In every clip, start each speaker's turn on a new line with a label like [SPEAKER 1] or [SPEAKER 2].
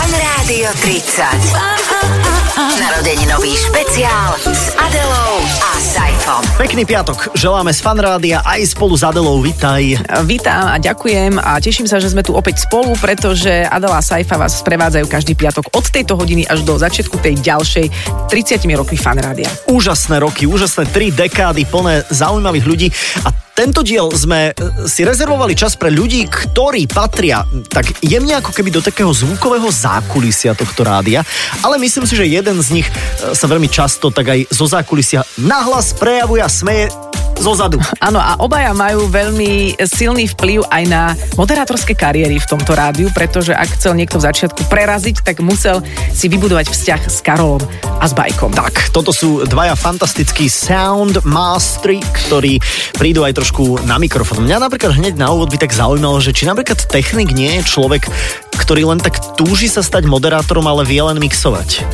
[SPEAKER 1] Rádio 30. Narodeninový špeciál s Adelou a Saifom.
[SPEAKER 2] Pekný piatok, želáme z fanrádia aj spolu s Adelou, vitaj.
[SPEAKER 3] Vítam a ďakujem a teším sa, že sme tu opäť spolu, pretože Adela a Saifa vás sprevádzajú každý piatok od tejto hodiny až do začiatku tej ďalšej 30 rokmi fanrádia.
[SPEAKER 2] Úžasné roky, úžasné tri dekády plné zaujímavých ľudí a tento diel sme e, si rezervovali čas pre ľudí, ktorí patria tak jemne ako keby do takého zvukového zákulisia tohto rádia, ale myslím si, že jeden z nich e, sa veľmi často tak aj zo zákulisia nahlas prejavuje a smeje zo zadu.
[SPEAKER 3] Áno, a obaja majú veľmi silný vplyv aj na moderátorské kariéry v tomto rádiu, pretože ak chcel niekto v začiatku preraziť, tak musel si vybudovať vzťah s Karolom a s Bajkom.
[SPEAKER 2] Tak, toto sú dvaja fantastickí sound mastery, ktorí prídu aj trošku na mikrofón. Mňa napríklad hneď na úvod by tak zaujímalo, že či napríklad technik nie je človek, ktorý len tak túži sa stať moderátorom, ale vie len mixovať.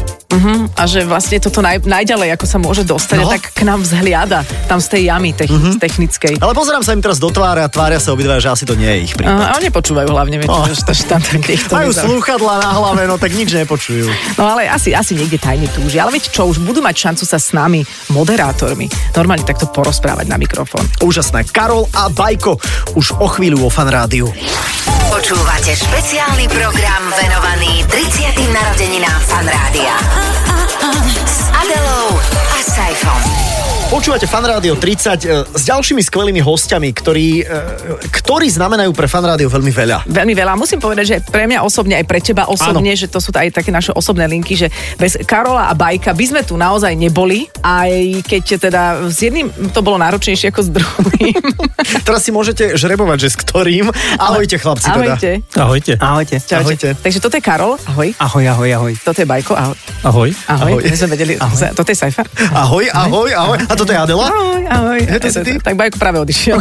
[SPEAKER 3] a že vlastne toto naj, najďalej, ako sa môže dostať,
[SPEAKER 2] No. Mhm.
[SPEAKER 3] no. tak k nám vzhliada tam z tej jamy tech, mm-hmm. technickej.
[SPEAKER 2] Ale pozerám sa im teraz do tváre a tvária sa obidva, že asi to nie je ich prípad.
[SPEAKER 3] A, a nepočúvajú hlavne, viete,
[SPEAKER 2] No.
[SPEAKER 3] oh. že to štandard týchto
[SPEAKER 2] Majú
[SPEAKER 3] nezau-
[SPEAKER 2] slúchadla na hlave, no tak nič nepočujú.
[SPEAKER 3] No ale asi, asi niekde tajne túži. Ale viete čo, už budú mať šancu sa s nami, moderátormi, normálne takto porozprávať na mikrofón.
[SPEAKER 2] Úžasné. Karol a Bajko už o chvíľu vo fanrádiu.
[SPEAKER 1] Počúvate špeciálny program venovaný 30. narodeninám fanrádia. S Adelou a Saifom.
[SPEAKER 2] Počúvate Fanrádio 30 e, s ďalšími skvelými hostiami, ktorí, e, ktorí znamenajú pre Fanrádio veľmi veľa.
[SPEAKER 3] Veľmi veľa. Musím povedať, že pre mňa osobne, aj pre teba osobne, že to sú aj také naše osobné linky, že bez Karola a Bajka by sme tu naozaj neboli, aj keď teda s jedným to bolo náročnejšie ako s druhým.
[SPEAKER 2] Teraz si môžete žrebovať, že s ktorým. Ahojte, chlapci.
[SPEAKER 3] Ahojte.
[SPEAKER 2] Teda.
[SPEAKER 4] Ahojte. Ahojte.
[SPEAKER 2] Ahojte.
[SPEAKER 3] Takže toto je Karol, ahoj.
[SPEAKER 4] Ahoj, ahoj, ahoj.
[SPEAKER 3] Toto je Bajko, ahoj.
[SPEAKER 4] Ahoj.
[SPEAKER 3] Ahoj,
[SPEAKER 2] Ahoj.
[SPEAKER 3] ahoj. my sme vedeli, ahoj. toto je Saifa.
[SPEAKER 2] Ahoj, ahoj, ahoj. A toto je Adela?
[SPEAKER 3] Ahoj, ahoj.
[SPEAKER 2] Je to si ty?
[SPEAKER 3] Tak Bajko práve odišiel.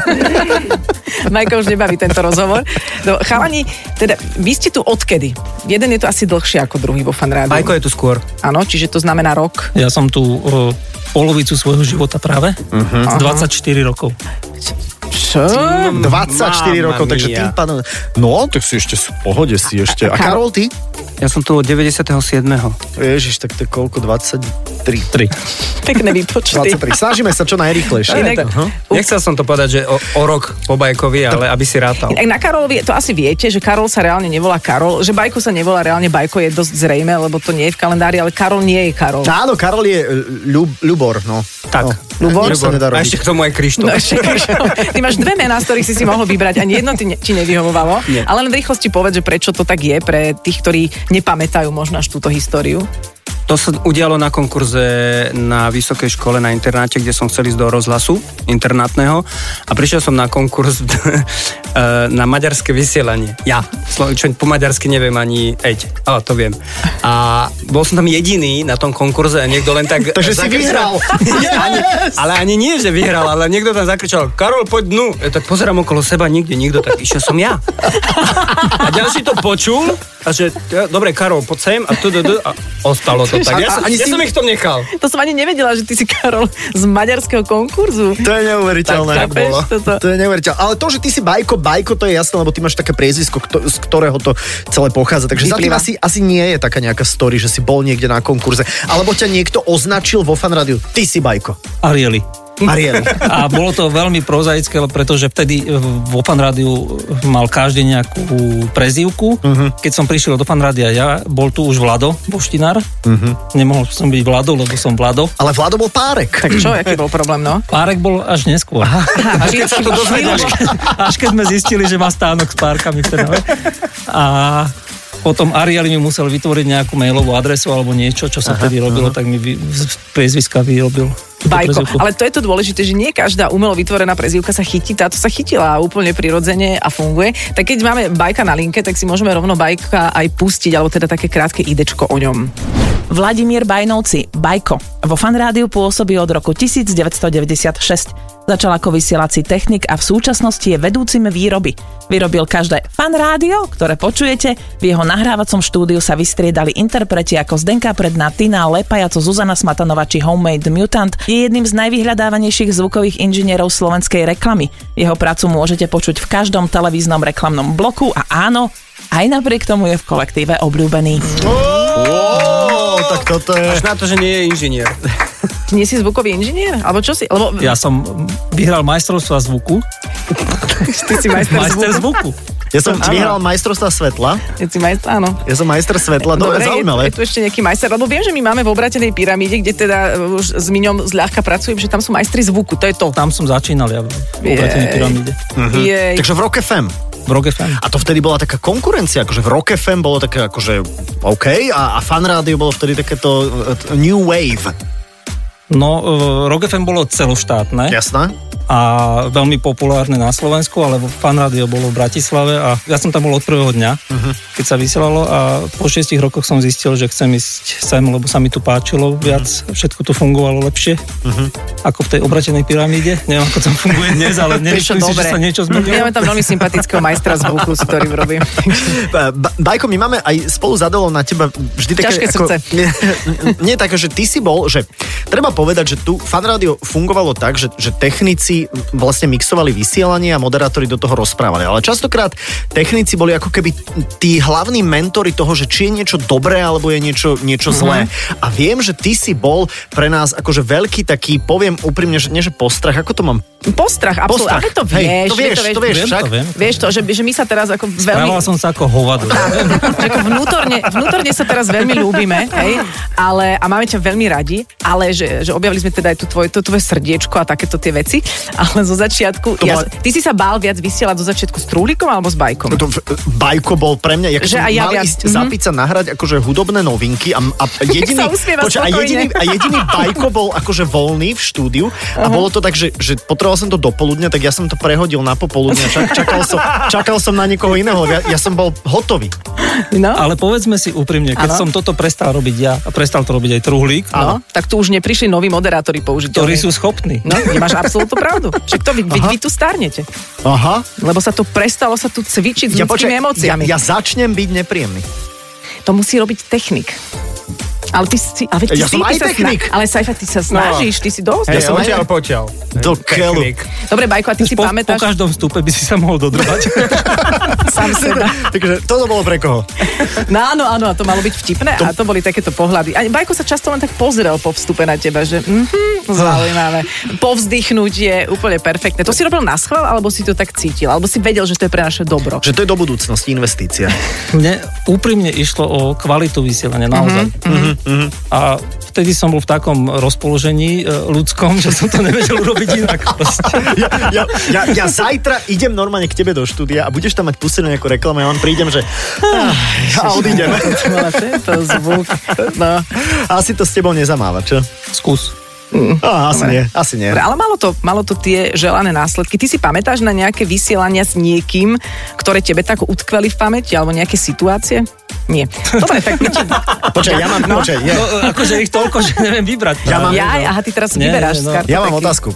[SPEAKER 3] Majko už nebaví tento rozhovor. No, chalani, teda vy ste tu odkedy? Jeden je tu asi dlhšie ako druhý vo fanrádiu.
[SPEAKER 4] Bajko je tu skôr.
[SPEAKER 3] Áno, čiže to znamená rok.
[SPEAKER 5] Ja som tu o, polovicu svojho života práve.
[SPEAKER 4] Mhm.
[SPEAKER 5] Uh-huh. 24 rokov.
[SPEAKER 3] Čo?
[SPEAKER 2] 24
[SPEAKER 4] Mamma
[SPEAKER 2] rokov, takže
[SPEAKER 4] mia.
[SPEAKER 2] tým pádom... No, tak si ešte v pohode si ešte. A Karol, ty?
[SPEAKER 4] Ja som tu od 97.
[SPEAKER 2] Ježiš, tak to je koľko? 23.
[SPEAKER 5] 3.
[SPEAKER 3] Pekné výpočty.
[SPEAKER 2] 23. Snažíme sa čo najrychlejšie.
[SPEAKER 3] Inak,
[SPEAKER 2] Aha.
[SPEAKER 4] Nechcel som to povedať, že o, o rok po Bajkovi, ale aby si rátal.
[SPEAKER 3] inak na Karolovi, to asi viete, že Karol sa reálne nevolá Karol, že Bajko sa nevolá reálne Bajko, je dosť zrejme, lebo to nie je v kalendári, ale Karol nie je Karol.
[SPEAKER 2] Áno, Karol je e, Ľub, Ľubor, no.
[SPEAKER 4] Tak.
[SPEAKER 2] No, Ľubor, sa nedá
[SPEAKER 4] A
[SPEAKER 2] robiť.
[SPEAKER 4] ešte k tomu aj Krištof.
[SPEAKER 3] No, ešte, ty máš dve mená, z ktorých si si mohol vybrať, ani jedno ti, ne, ti nevyhovovalo.
[SPEAKER 4] Nie.
[SPEAKER 3] Ale len v rýchlosti povedz, že prečo to tak je pre tých, ktorí nepamätajú možno až túto históriu.
[SPEAKER 4] To sa udialo na konkurze na vysokej škole na internáte, kde som chcel ísť do rozhlasu internátneho a prišiel som na konkurs e, na maďarské vysielanie. Ja, slo- čo po maďarsky neviem ani eď, ale to viem. A bol som tam jediný na tom konkurze a niekto len tak...
[SPEAKER 2] Takže si vyhral. Yes!
[SPEAKER 4] Ale ani nie, že vyhral, ale niekto tam zakričal, Karol, poď dnu. Ja tak pozerám okolo seba, nikde nikto, tak išiel som ja. A ďalší to počul a že, ja, dobre, Karol, poď sem a, tu, tu, tu, a ostalo to tak.
[SPEAKER 2] A-
[SPEAKER 4] Ja
[SPEAKER 2] a-
[SPEAKER 4] som,
[SPEAKER 2] ani
[SPEAKER 4] ja
[SPEAKER 2] si-
[SPEAKER 4] som ich tom nechal.
[SPEAKER 3] To som ani nevedela, že ty si Karol z maďarského konkurzu.
[SPEAKER 2] To je neuveriteľné.
[SPEAKER 3] Tak, tak bolo. Toto.
[SPEAKER 2] To je neuveriteľné. Ale to, že ty si Bajko, Bajko, to je jasné, lebo ty máš také priezvisko, kto, z ktorého to celé pochádza. Takže za tým
[SPEAKER 3] Vyplýva.
[SPEAKER 2] asi, asi nie je taká nejaká story, že si bol niekde na konkurze. Alebo ťa niekto označil vo fanrádiu. Ty si Bajko.
[SPEAKER 5] Arieli.
[SPEAKER 2] Ariel.
[SPEAKER 5] A bolo to veľmi prozaické, pretože vtedy e, vo fanrádiu mal každý nejakú prezývku. Uh-huh.
[SPEAKER 3] Mhm.
[SPEAKER 5] Keď som prišiel do fanrádia, ja bol tu už Vlado Boštinár. Uh-huh.
[SPEAKER 3] Mhm.
[SPEAKER 5] Nemohol som byť Vlado, lebo som Vlado.
[SPEAKER 2] Ale Vlado bol párek.
[SPEAKER 3] Tak čo, aký bol problém, no?
[SPEAKER 5] Párek bol až neskôr. Aha.
[SPEAKER 3] Až keď sa to
[SPEAKER 5] až, až keď sme zistili, že má stánok s párkami v Trnave. A potom Ariel mi musel vytvoriť nejakú mailovú adresu alebo niečo, čo sa vtedy robilo, tak mi vy, z- z priezviska vyrobil. túto prezivku.
[SPEAKER 3] Bajko. Ale to je to dôležité, že nie každá umelo vytvorená prezývka sa chytí, táto sa chytila úplne prirodzene a funguje. Tak keď máme bajka na linke, tak si môžeme rovno bajka aj pustiť, alebo teda také krátke idečko o ňom.
[SPEAKER 6] Vladimír Bajnovci, Bajko, vo fanrádiu pôsobí od roku 1996. Začal ako vysielací technik a v súčasnosti je vedúcim výroby. Vyrobil každé fanrádio, ktoré počujete. V jeho nahrávacom štúdiu sa vystriedali interpreti ako Zdenka Predná, Tina, Lepajaco, Zuzana Smatanova či Homemade Mutant. Je jedným z najvyhľadávanejších zvukových inžinierov slovenskej reklamy. Jeho prácu môžete počuť v každom televíznom reklamnom bloku a áno, aj napriek tomu je v kolektíve obľúbený.
[SPEAKER 2] Ó, Ó, tak toto je...
[SPEAKER 4] Až na to, že nie je inžinier.
[SPEAKER 3] Ty nie si zvukový inžinier? Alebo čo si? Lebo
[SPEAKER 5] Ja som vyhral majstrovstva zvuku.
[SPEAKER 3] ty si majster
[SPEAKER 5] Majster
[SPEAKER 3] zvuku.
[SPEAKER 5] zvuku.
[SPEAKER 2] Ja som vyhral majstrovstva svetla.
[SPEAKER 3] Ja si majster, áno.
[SPEAKER 2] Ja som majster svetla. No, Dobre, zaujímavé.
[SPEAKER 3] je, tu- je tu ešte nejaký majster, lebo viem, že my máme v obratenej pyramíde, kde teda e, už s Miňom zľahka pracujem, že tam sú majstri zvuku, to je to.
[SPEAKER 5] Tam som začínal ja v obratenej
[SPEAKER 3] Jej.
[SPEAKER 5] pyramíde.
[SPEAKER 3] Jej.
[SPEAKER 2] Hm. Takže v Rock FM.
[SPEAKER 5] V Rock FM.
[SPEAKER 2] A to vtedy bola taká konkurencia, akože v Rock FM bolo také akože OK a, a fan rádio bolo vtedy takéto e, t- New Wave.
[SPEAKER 5] No, e, Rock FM bolo celoštátne
[SPEAKER 2] Jasné?
[SPEAKER 5] a veľmi populárne na Slovensku, ale fan rádio bolo v Bratislave a ja som tam bol od prvého dňa,
[SPEAKER 3] Mhm.
[SPEAKER 5] keď sa vysielalo a po šiestich rokoch som zistil, že chcem ísť sem, lebo sa mi tu páčilo viac,
[SPEAKER 3] Mhm.
[SPEAKER 5] všetko tu fungovalo lepšie ako v tej obratenej pyramíde. Neviem, ako tam funguje dnes, ale nemyslím si, že sa niečo
[SPEAKER 3] My
[SPEAKER 5] zmenilo.
[SPEAKER 3] máme Mhm. tam veľmi sympatického majstra zvuku, s ktorým robím.
[SPEAKER 2] Ba- ba- Bajko, my máme aj spolu zadolo na teba vždy také...
[SPEAKER 3] Ťažké srdce.
[SPEAKER 2] Nie, nie také, že ty si bol, že treba povedať, že tu fan rádio fungovalo tak, že, že technici vlastne mixovali vysielanie a moderátori do toho rozprávali. Ale častokrát technici boli ako keby tí hlavní mentori toho, že či je niečo dobré alebo je niečo,
[SPEAKER 3] Mhm.
[SPEAKER 2] niečo zlé. A viem, že ty si bol pre nás akože veľký taký, poviem úprimne, že nie že postrach, ako to mám?
[SPEAKER 3] Postrach, absolútne.
[SPEAKER 2] Postrach.
[SPEAKER 3] Ale to
[SPEAKER 2] Hej,
[SPEAKER 3] vieš.
[SPEAKER 2] to vieš,
[SPEAKER 3] veď
[SPEAKER 2] to vieš
[SPEAKER 5] Viem
[SPEAKER 2] však.
[SPEAKER 5] to, viem.
[SPEAKER 3] Vieš to, že, že my sa teraz ako veľmi...
[SPEAKER 5] Správal som sa ako hovado.
[SPEAKER 3] Že ako vnútorne, vnútorne sa teraz veľmi ľúbime, hej, ale, a máme ťa veľmi radi, ale že, že objavili sme teda aj tú tvoje, to tvoje srdiečko a takéto tie veci, ale zo začiatku,
[SPEAKER 2] To
[SPEAKER 3] ja,
[SPEAKER 2] bola-
[SPEAKER 3] ty si sa bál viac vysielať zo začiatku s trúlikom alebo s bajkom?
[SPEAKER 2] No To, v- e, bajko bol pre mňa, jak
[SPEAKER 3] Že
[SPEAKER 2] som
[SPEAKER 3] aj ja
[SPEAKER 2] mal
[SPEAKER 3] viac,
[SPEAKER 2] ísť
[SPEAKER 3] mhm.
[SPEAKER 2] zapiť sa nahrať akože hudobné novinky a, a jediný,
[SPEAKER 3] Sa usmieva
[SPEAKER 2] a
[SPEAKER 3] spokojne.
[SPEAKER 2] jediný, a jediný bajko bol akože voľný v štúdiu a bolo to tak, že, že potreboval som to do poludnia, tak ja som to prehodil na popoludne, čak, čakal, som, čakal som na niekoho iného, ja, ja som bol hotový.
[SPEAKER 3] No,
[SPEAKER 5] Ale povedzme si úprimne, keď
[SPEAKER 3] Áno.
[SPEAKER 5] som toto prestal robiť ja a prestal to robiť aj Truhlík,
[SPEAKER 3] no, tak tu už neprišli noví moderátori
[SPEAKER 5] ktorí
[SPEAKER 3] použiteľní.
[SPEAKER 5] sú schopní.
[SPEAKER 3] No, nemáš absolútnu pravdu. Však to vy, vy, vy tu starnete.
[SPEAKER 2] Aha.
[SPEAKER 3] Lebo sa tu prestalo sa tu cvičiť s
[SPEAKER 2] Ja,
[SPEAKER 3] ľudskými
[SPEAKER 2] ja,
[SPEAKER 3] emóciami.
[SPEAKER 2] ja začnem byť nepríjemný.
[SPEAKER 3] To musí robiť technik. Ale ty si... Ale ty
[SPEAKER 2] Ja
[SPEAKER 3] si,
[SPEAKER 2] som
[SPEAKER 3] ty
[SPEAKER 2] aj
[SPEAKER 3] sa
[SPEAKER 2] technik. No.
[SPEAKER 3] ale Saifa, ty sa snažíš, ty si dosť.
[SPEAKER 4] Ja som
[SPEAKER 2] ale-
[SPEAKER 4] odtiaľ potiaľ.
[SPEAKER 2] Do keľu.
[SPEAKER 4] Technik.
[SPEAKER 3] Dobre, Bajko, a ty si
[SPEAKER 5] po, po
[SPEAKER 3] pamätáš
[SPEAKER 5] každom vstupe by si sa mohol dodrbať.
[SPEAKER 3] sám seba.
[SPEAKER 2] Takže toto bolo pre koho?
[SPEAKER 3] No áno, áno, a to malo byť vtipné a to boli takéto pohľady. A Bajko sa často len tak pozrel po vstupe na teba, že mhm, zaujímavé. Povzdychnúť je úplne perfektné. To si robil na schvál, alebo si to tak cítil? Alebo si vedel, že to je pre naše dobro?
[SPEAKER 2] Že to je do budúcnosti investícia.
[SPEAKER 5] Mne úprimne išlo o kvalitu vysielania, naozaj.
[SPEAKER 3] Mhm,
[SPEAKER 5] Mm-hmm, mm-hmm. A vtedy som bol v takom rozpoložení e, ľudskom, že som to nevedel urobiť inak. Proste.
[SPEAKER 2] ja, ja, ja, ja zajtra idem normálne k tebe do štúdia a budeš tam mať pustenú nejakú reklamu, ja len prídem, že ah, a odídem.
[SPEAKER 3] No, ale to je to zvuk. No.
[SPEAKER 2] Asi to s tebou nezamáva, čo?
[SPEAKER 5] Skús.
[SPEAKER 2] Á, asi nie, asi nie.
[SPEAKER 3] Dobre, ale malo to, malo to tie želané následky. Ty si pamätáš na nejaké vysielania s niekým, ktoré tebe tak utkveli v pamäti, alebo nejaké situácie? Nie. Dobre, tak my ti...
[SPEAKER 2] Počkaj, ja mám, počkaj, ja,
[SPEAKER 5] No, e, akože ich toľko, že neviem vybrať.
[SPEAKER 2] Ja mám-
[SPEAKER 3] Ja, aha, ty teraz
[SPEAKER 5] no. Nie,
[SPEAKER 3] vyberáš
[SPEAKER 5] nie,
[SPEAKER 3] z
[SPEAKER 5] no.
[SPEAKER 3] kartoteky.
[SPEAKER 2] ja mám otázku.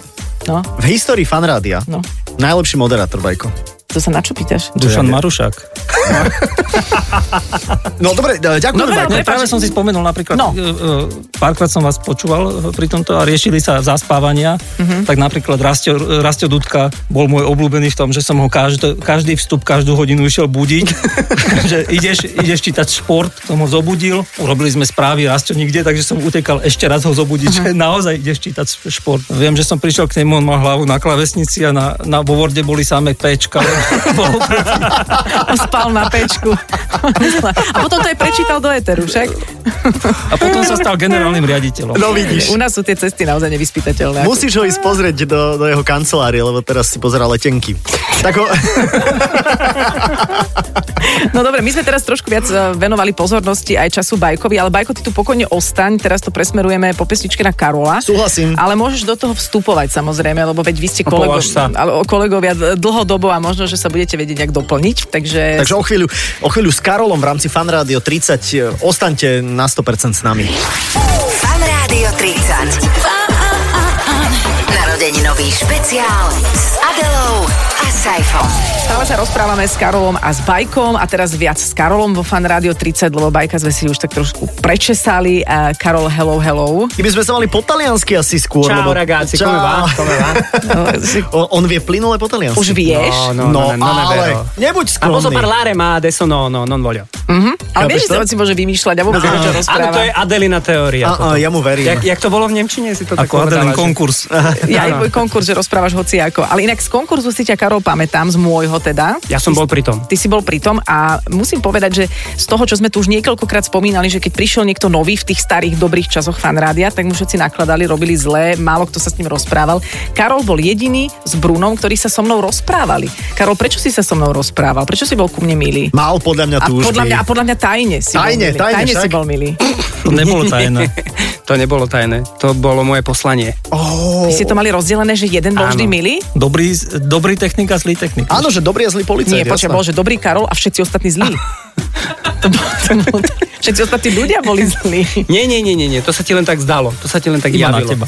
[SPEAKER 3] No,
[SPEAKER 2] V histórii fanrádia
[SPEAKER 3] no.
[SPEAKER 2] najlepší moderátor, Bajko.
[SPEAKER 3] To sa na čo pýtaš?
[SPEAKER 5] Dušan Marušák.
[SPEAKER 2] No dobre, e, ďakujem,
[SPEAKER 3] Dobre,
[SPEAKER 2] Bajko.
[SPEAKER 3] ale-
[SPEAKER 5] No, práve som si spomenul napríklad,
[SPEAKER 3] No.
[SPEAKER 5] no. párkrát som vás počúval e, pri tomto a riešili sa zaspávania, tak napríklad Rastio, Rastio Dudka bol môj obľúbený v tom, že som ho každý, každý vstup, každú hodinu išiel budiť, že ideš, ideš čítať šport, som ho zobudil, urobili sme správy Rastio nikde, takže som utekal ešte raz ho zobudiť, že naozaj ideš čítať šport. Viem, že som prišiel k nemu, on mal hlavu na klavesnici a na, na bovorde boli samé péčka. Bol úplne-
[SPEAKER 3] Spal na pečku. A potom to aj prečítal do éteru, však?
[SPEAKER 5] a potom sa stal generálnym riaditeľom.
[SPEAKER 2] No vidíš.
[SPEAKER 3] U nás sú tie cesty naozaj nevyspytateľné.
[SPEAKER 2] Musíš ho ísť pozrieť do, do jeho kancelárie, lebo teraz si pozera letenky. Tak ho,
[SPEAKER 3] No dobre, my sme teraz trošku viac eh, venovali pozornosti aj času Bajkovi, ale Bajko, ty tu pokojne ostaň, teraz to presmerujeme po pesničke na Karola.
[SPEAKER 2] Súhlasím.
[SPEAKER 3] Ale môžeš do toho vstupovať samozrejme, lebo veď vy ste kolego,
[SPEAKER 5] považ sa.
[SPEAKER 3] ale o kolegovia d- dlhodobo a možno, že sa budete vedieť, jak doplniť. Takže,
[SPEAKER 2] takže o chvíľu, o chvíľu s Karolom v rámci Fanrádio 30 e, ostaňte na 100% s nami.
[SPEAKER 1] Fan Rádio 30. Narodeninový špeciál s Adelou a Saifom.
[SPEAKER 3] stále sa rozprávame s Karolom a s Bajkom a teraz viac s Karolom vo Fan Rádio 30, lebo Bajka sme si už tak trošku prečesali. Eh, Karol, hello, hello.
[SPEAKER 2] Keby sme sa mali po taliansky asi skôr.
[SPEAKER 4] Čau,
[SPEAKER 2] lebo...
[SPEAKER 4] ragazzi, come va? Come va?
[SPEAKER 3] No, si-
[SPEAKER 2] O- On vie plynule po taliansky.
[SPEAKER 3] Už vieš?
[SPEAKER 4] No, no, no, no, no,
[SPEAKER 2] ale
[SPEAKER 4] vero.
[SPEAKER 2] nebuď
[SPEAKER 4] Ah, posso
[SPEAKER 2] skromný.
[SPEAKER 4] parlare, ma adesso no, no, non voglio.
[SPEAKER 3] Ale
[SPEAKER 2] Chápeš to?
[SPEAKER 3] vieš,
[SPEAKER 2] No.
[SPEAKER 3] že on si môže vymýšľať a vôbec nevie, čo
[SPEAKER 4] Áno, to je
[SPEAKER 3] rozpráva.
[SPEAKER 4] Adelina teória.
[SPEAKER 2] A, a, ja mu verím.
[SPEAKER 4] Jak, jak to bolo v Nemčine, si to tak
[SPEAKER 5] Ako
[SPEAKER 4] povedala,
[SPEAKER 5] Adelin
[SPEAKER 4] že-
[SPEAKER 5] konkurs.
[SPEAKER 3] Ja aj tvoj konkurs, že rozprávaš hociako. Ale inak z konkurzu si ťa, Karol, pamätám, z môjho teda.
[SPEAKER 4] Ja som bol pri tom.
[SPEAKER 3] Ty si bol pri tom a musím povedať, že z toho, čo sme tu už niekoľkokrát spomínali, že keď prišiel niekto nový v tých starých dobrých časoch fanrádia, tak mu všetci nakladali, robili zlé, málo kto sa s ním rozprával. Karol bol jediný s Brunom, ktorí sa so mnou rozprávali. Karol, prečo si sa so mnou rozprával? Prečo si bol ku mne milý?
[SPEAKER 2] Mal podľa mňa
[SPEAKER 3] A
[SPEAKER 2] túžby.
[SPEAKER 3] podľa, mňa, a podľa mňa tajne si
[SPEAKER 2] Tajne,
[SPEAKER 3] bol milý.
[SPEAKER 2] tajne
[SPEAKER 3] si
[SPEAKER 2] však.
[SPEAKER 3] bol milý.
[SPEAKER 5] To nebolo tajné.
[SPEAKER 4] to nebolo tajné. To bolo moje poslanie.
[SPEAKER 3] Vy ste to mali rozdelené, že jeden bol vždy
[SPEAKER 4] Áno.
[SPEAKER 3] milý?
[SPEAKER 5] Dobrý, dobrý technik a zlý technik.
[SPEAKER 2] Áno, že dobrý a zlý policajt.
[SPEAKER 3] Nie, počkaj,
[SPEAKER 2] jasné.
[SPEAKER 3] bol, že dobrý Karol a všetci ostatní zlí. to bol, to bol, všetci ostatní ľudia boli zlí.
[SPEAKER 4] Nie, nie, nie, nie, nie, to sa ti len tak zdalo. To sa ti len tak
[SPEAKER 5] Iba na
[SPEAKER 4] javilo.
[SPEAKER 5] teba.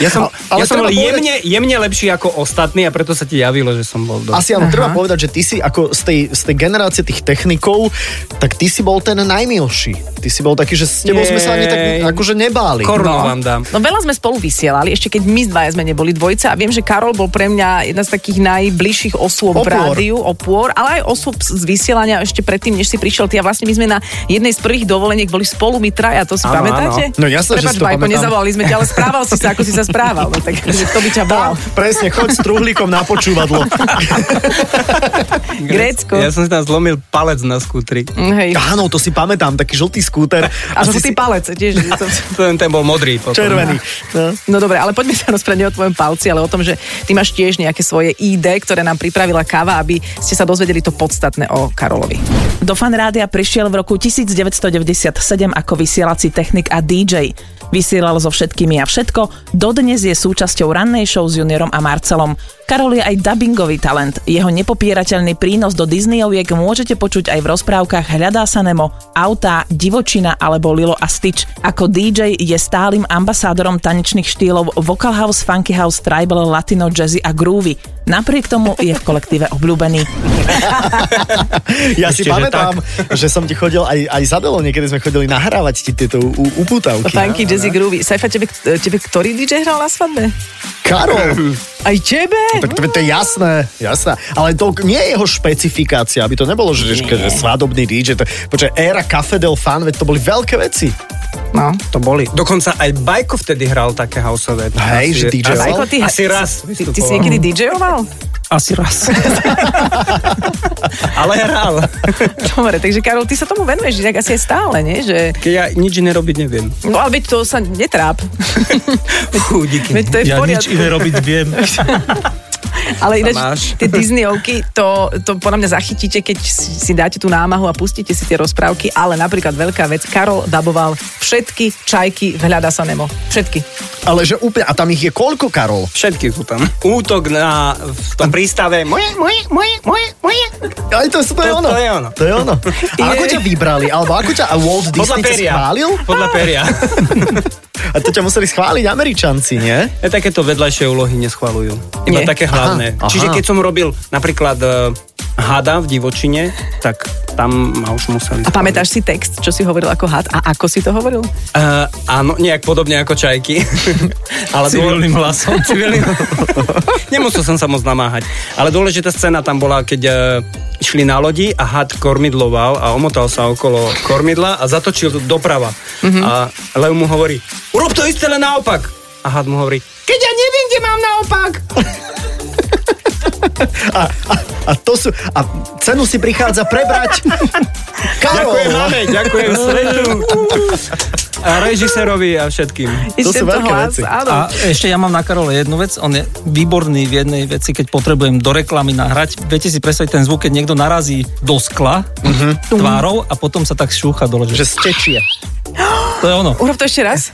[SPEAKER 4] Ja som,
[SPEAKER 2] Ale
[SPEAKER 4] ja som
[SPEAKER 2] treba
[SPEAKER 4] bol
[SPEAKER 2] povedať-
[SPEAKER 4] jemne, jemne lepší ako ostatní a preto sa ti javilo, že som bol dobrý.
[SPEAKER 2] Asi áno, treba povedať, že ty si ako z tej, z tej generácie tých technikov, tak ty si bol ten najmilší. Ty si bol taký, že s tebou sme sa ani tak
[SPEAKER 4] Jej.
[SPEAKER 2] akože nebáli.
[SPEAKER 4] Korunu vám dám.
[SPEAKER 3] No veľa sme spolu vysielali, ešte keď my dvaja sme neboli dvojica a viem, že Karol bol pre mňa jedna z takých najbližších osôb
[SPEAKER 2] Opôr.
[SPEAKER 3] v rádiu, opôr, ale aj osôb z vysielania ešte predtým, než si prišiel ty a vlastne my sme na jednej z prvých dovoleniek boli spolu my traja, to si
[SPEAKER 4] Áno,
[SPEAKER 3] pamätáte?
[SPEAKER 2] áno. No jasné, že si to
[SPEAKER 3] Bajko,
[SPEAKER 2] pamätám.
[SPEAKER 3] nezavolali sme ťa, ale správal si sa, ako si sa správal. No, tak, že kto by ťa volal?
[SPEAKER 2] Presne, choď s truhlíkom na počúvadlo.
[SPEAKER 3] Grécko.
[SPEAKER 4] Ja som si tam zlomil palec na skútri.
[SPEAKER 3] Mm, Hej.
[SPEAKER 2] Áno, to si pamätám, taký žltý skúter.
[SPEAKER 3] A
[SPEAKER 2] Asi
[SPEAKER 3] žltý
[SPEAKER 2] si-
[SPEAKER 3] palec tiež. že som-
[SPEAKER 4] Ten, ten bol modrý potom.
[SPEAKER 2] Červený. No.
[SPEAKER 3] No dobre, ale poďme sa rozprávať nie o tvojom palci, ale o tom, že ty máš tiež nejaké svoje ID, ktoré nám pripravila káva, aby ste sa dozvedeli to podstatné o Karolovi.
[SPEAKER 6] Do fanrádia prišiel v roku 1997 ako vysielací technik a DJ. Vysielal so všetkými a všetko, dodnes je súčasťou rannej show s Juniorom a Marcelom. Karol je aj dubbingový talent. Jeho nepopierateľný prínos do Disneyoviek môžete počuť aj v rozprávkach Hľadá sa Nemo, Autá, Divočina alebo Lilo a Stitch. Ako DJ je stálym ambasádorom tanečných štýlov Vocal House, Funky House, Tribal, Latino, Jazzy a Groovy. Napriek tomu je v kolektíve obľúbený.
[SPEAKER 2] Ja si
[SPEAKER 4] Ešte, že
[SPEAKER 2] pamätám, že, som ti chodil aj, aj za Delou, niekedy sme chodili nahrávať ti tieto u-
[SPEAKER 4] No
[SPEAKER 2] upútavky.
[SPEAKER 3] Funky, Jazzy, Groovy. Saifa, tebe, tebe ktorý DJ hral na svadbe?
[SPEAKER 2] Karol,
[SPEAKER 3] Aj tebe?
[SPEAKER 2] tak to, to je jasné, jasné. Ale to nie je jeho špecifikácia, aby to nebolo, že, že že svadobný DJ. To, počkaj, éra Café del Fan, veď to boli veľké veci.
[SPEAKER 3] No.
[SPEAKER 4] To boli. Dokonca aj Bajko vtedy hral také houseové.
[SPEAKER 2] Hej, že DJ-oval?
[SPEAKER 3] Bajko, ty,
[SPEAKER 4] Asi raz
[SPEAKER 3] ty, ty si
[SPEAKER 4] vystupoval.
[SPEAKER 3] niekedy DJoval?
[SPEAKER 5] Asi raz.
[SPEAKER 4] Ale hral.
[SPEAKER 3] Dobre, takže Karol, ty sa tomu venuješ inak asi aj stále, nie? Že...
[SPEAKER 4] Keď ja nič nerobiť neviem.
[SPEAKER 3] No ale veď to sa netráp.
[SPEAKER 4] Fú, díky.
[SPEAKER 3] Veď to je v
[SPEAKER 5] Ja nič
[SPEAKER 3] poriadku.
[SPEAKER 5] iné robiť viem.
[SPEAKER 3] Ale ináč,
[SPEAKER 4] máš.
[SPEAKER 3] tie Disneyovky, to, to podľa mňa zachytíte, keď si si dáte tú námahu a pustíte si tie rozprávky, ale napríklad veľká vec, Karol daboval všetky čajky v Hľada sa Nemo. Všetky.
[SPEAKER 2] Ale že úplne, a tam ich je koľko, Karol?
[SPEAKER 4] Všetky sú tam. Útok na, v tom prístave. Moje, moje, moje, moje, moje.
[SPEAKER 2] Aj to, to, je
[SPEAKER 4] To-
[SPEAKER 2] ono.
[SPEAKER 4] to je ono.
[SPEAKER 2] To je ono. A ako ťa vybrali? Alebo ako ťa a Walt
[SPEAKER 4] Podľa
[SPEAKER 2] Disney ťa
[SPEAKER 4] peria.
[SPEAKER 2] schválil?
[SPEAKER 4] Podľa
[SPEAKER 3] Ah.
[SPEAKER 4] peria.
[SPEAKER 2] A to ťa museli schváliť Američanci, nie?
[SPEAKER 4] Ja E, takéto vedľajšie úlohy neschvalujú. Iba
[SPEAKER 3] Nie.
[SPEAKER 4] také hlavné.
[SPEAKER 2] Aha, aha.
[SPEAKER 4] Čiže keď som robil napríklad eh, hada v divočine, tak tam ma už museli...
[SPEAKER 3] A pamätáš si text, čo si hovoril ako had a ako si to hovoril?
[SPEAKER 4] Uh, áno, nejak podobne ako čajky. Ale dôle-
[SPEAKER 5] Civilným hlasom.
[SPEAKER 4] Civilným. Nemusel som sa moc namáhať. Ale dôležitá scéna tam bola, keď eh, išli na lodi a had kormidloval a omotal sa okolo kormidla a zatočil doprava. A Leo mu hovorí, urob to isté len naopak. A had mu hovorí, keď ja neviem, kde mám naopak.
[SPEAKER 2] A, a, a to sú... A cenu si prichádza prebrať Karol.
[SPEAKER 4] Ďakujem, máme, ďakujem svetu. A režisérovi a všetkým.
[SPEAKER 2] To sú
[SPEAKER 3] Ešte
[SPEAKER 2] veľké
[SPEAKER 3] hlas,
[SPEAKER 2] veci.
[SPEAKER 3] Áno.
[SPEAKER 5] A ešte ja mám na Karole jednu vec, on je výborný v jednej veci, keď potrebujem do reklamy nahrať. Viete si predstaviť ten zvuk, keď niekto narazí do skla tvárou a potom sa tak šúcha dole.
[SPEAKER 2] Že
[SPEAKER 5] Mhm. Že
[SPEAKER 2] stečie.
[SPEAKER 5] to je ono.
[SPEAKER 3] Urob to ešte raz.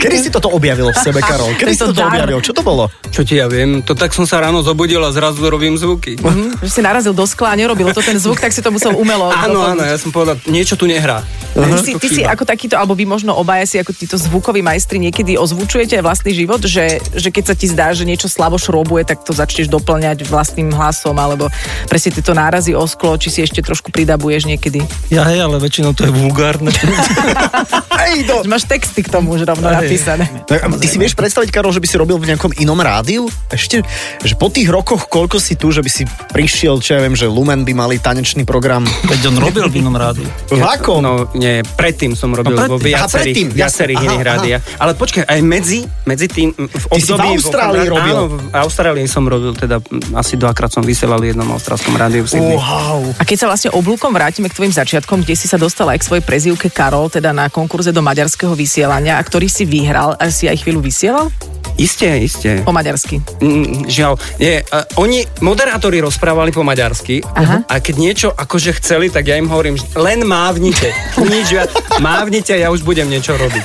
[SPEAKER 2] Kedy si toto objavilo v sebe, Karol? Kedy si
[SPEAKER 3] Tento
[SPEAKER 2] toto
[SPEAKER 3] dar.
[SPEAKER 2] objavil? Čo to bolo?
[SPEAKER 4] Čo ti ja viem, to tak som sa ráno zobudil a zrazu robím zvuky.
[SPEAKER 3] Hm, Že si narazil do skla a nerobilo to ten zvuk, tak si to musel umelo.
[SPEAKER 4] Áno, áno, ja som povedal, niečo tu nehrá.
[SPEAKER 3] Ty
[SPEAKER 4] Niečo
[SPEAKER 3] si,
[SPEAKER 4] tu
[SPEAKER 3] ty si
[SPEAKER 4] chýba.
[SPEAKER 3] ako takýto, alebo vy možno obaja si ako títo zvukoví majstri niekedy ozvučujete aj vlastný život, že, že keď sa ti zdá, že niečo slabo šrobuje, tak to začneš doplňať vlastným hlasom, alebo presne tieto nárazy o sklo, či si ešte trošku pridabuješ niekedy.
[SPEAKER 5] Ja hej, ale väčšinou to je vulgárne.
[SPEAKER 2] Aj Hej,
[SPEAKER 3] Máš texty k tomu už rovno
[SPEAKER 5] Hej.
[SPEAKER 3] napísané.
[SPEAKER 2] Ty si vieš predstaviť, Karol, že by si robil v nejakom inom rádiu? Ešte, že po tých rokoch, koľko si tu, že by si prišiel, čo ja viem, že Lumen by mali tanečný program.
[SPEAKER 5] Veď on robil v inom rádiu.
[SPEAKER 2] V akom?
[SPEAKER 4] No nie, predtým som robil
[SPEAKER 5] No,
[SPEAKER 4] no, predtým. vo
[SPEAKER 5] predtým.
[SPEAKER 2] Aha,
[SPEAKER 4] viacerých,
[SPEAKER 2] predtým,
[SPEAKER 4] predtým,
[SPEAKER 2] jasne.
[SPEAKER 4] viacerých
[SPEAKER 2] Aha,
[SPEAKER 4] iných
[SPEAKER 2] aha.
[SPEAKER 4] rádia. Ale počkaj, aj medzi, medzi tým v
[SPEAKER 2] Ty si v
[SPEAKER 4] období...
[SPEAKER 2] Austrálii
[SPEAKER 4] Austrálii
[SPEAKER 2] robil.
[SPEAKER 4] Áno, v Austrálii som robil, teda m, asi dvakrát som vysielal v jednom austrálskom rádiu v Sydney.
[SPEAKER 2] Wow.
[SPEAKER 3] A keď sa vlastne oblúkom vrátime k tvojim začiatkom, kde si sa dostala aj k svojej prezývke Karol, teda na konkurze do maďarského vysielania, a ktorý si vyhral a si aj chvíľu vysielal
[SPEAKER 4] Isté, isté.
[SPEAKER 3] po maďarsky.
[SPEAKER 4] Mm, Žiaľ, nie, a oni, moderátori rozprávali po maďarsky
[SPEAKER 3] Aha.
[SPEAKER 4] a keď niečo akože chceli, tak ja im hovorím, že len mávnite, nič viac, mávnite a ja už budem niečo robiť.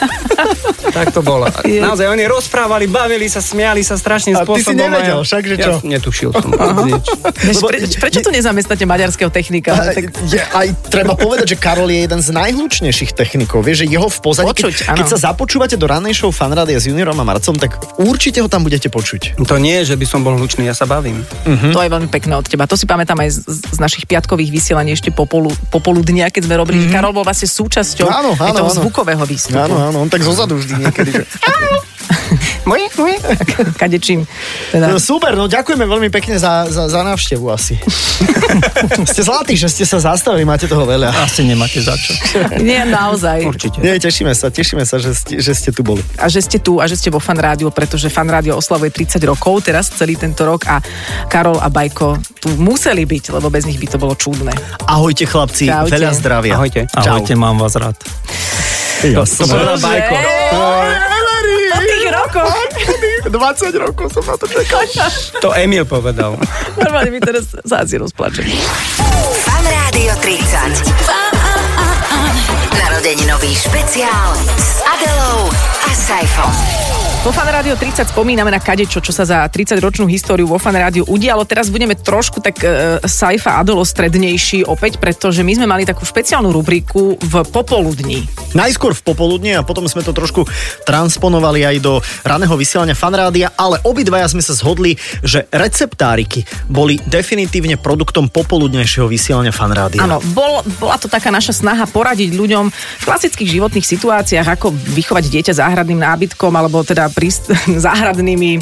[SPEAKER 4] tak to bolo. Naozaj, oni rozprávali, bavili sa, smiali sa strašným
[SPEAKER 2] A ty si
[SPEAKER 4] spôsobom.
[SPEAKER 2] nevedel však, že čo?
[SPEAKER 4] Ja netušil som nič.
[SPEAKER 3] Vieš,
[SPEAKER 2] Lebo-
[SPEAKER 3] pre, prečo tu nezamestnáte maďarského technika?
[SPEAKER 2] A- Je, aj treba povedať, že Karol je jeden z najhlučnejších technikov. Vieš, že jeho v pozadí,
[SPEAKER 3] Počuť,
[SPEAKER 2] keď, keď
[SPEAKER 3] áno.
[SPEAKER 2] sa započúvate do ranej show fanrádia s Juniorom a Marcom, tak určite ho tam budete počuť.
[SPEAKER 4] To nie je, že by som bol hlučný, ja sa bavím.
[SPEAKER 2] Hm?
[SPEAKER 3] To je veľmi pekné od teba. To si pamätám aj z, z našich piatkových vysielaní ešte popolu, popoludnia, keď sme robili, mm-hmm. Karol bol vlastne súčasťou
[SPEAKER 2] Mhm. Áno,
[SPEAKER 3] aj
[SPEAKER 2] áno,
[SPEAKER 3] toho
[SPEAKER 2] áno.
[SPEAKER 3] zvukového výstupu.
[SPEAKER 2] Áno, áno, on tak zozadu vždy niekedy. Že...
[SPEAKER 4] Moje, moje.
[SPEAKER 3] Kadečím. Teda.
[SPEAKER 2] No, super, no ďakujeme veľmi pekne za, za, za návštevu asi. ste zlatí, že ste sa zastavili, máte toho veľa.
[SPEAKER 5] Asi nemáte za čo.
[SPEAKER 3] Nie, naozaj.
[SPEAKER 4] Určite.
[SPEAKER 2] Nie, tešíme sa, tešíme sa, že ste, že ste tu boli.
[SPEAKER 3] a že ste tu a že ste vo Fan Rádiu, pretože Fan Rádio oslavuje 30 rokov teraz celý tento rok a Karol a Bajko tu museli byť, lebo bez nich by to bolo čudné.
[SPEAKER 2] Ahojte chlapci,
[SPEAKER 3] Čaute.
[SPEAKER 2] veľa zdravia.
[SPEAKER 4] Ahojte.
[SPEAKER 5] Ahojte, mám vás rád.
[SPEAKER 2] Jasné.
[SPEAKER 4] bola bajko.
[SPEAKER 3] Po tých rokoch.
[SPEAKER 2] 20 rokov som na to čakal.
[SPEAKER 4] To Emil povedal.
[SPEAKER 3] Normálne mi teraz sa asi rozplačem.
[SPEAKER 1] Fan Rádio 30. Narodeninový špeciál s Adelou a Saifom.
[SPEAKER 3] Vo Fan Rádio 30 spomíname na kadečo, čo sa za 30-ročnú históriu vo Fan Rádiu udialo. Teraz budeme trošku tak e, Saifa Adolo strednejší opäť, pretože my sme mali takú špeciálnu rubriku v popoludní.
[SPEAKER 2] Najskôr v popoludne a potom sme to trošku transponovali aj do raného vysielania fanrádia, ale obidvaja sme sa zhodli, že receptáriky boli definitívne produktom popoludnejšieho vysielania fanrádia.
[SPEAKER 3] Áno, bol, bola to taká naša snaha poradiť ľuďom v klasických životných situáciách, ako vychovať dieťa záhradným nábytkom, alebo teda príst, záhradnými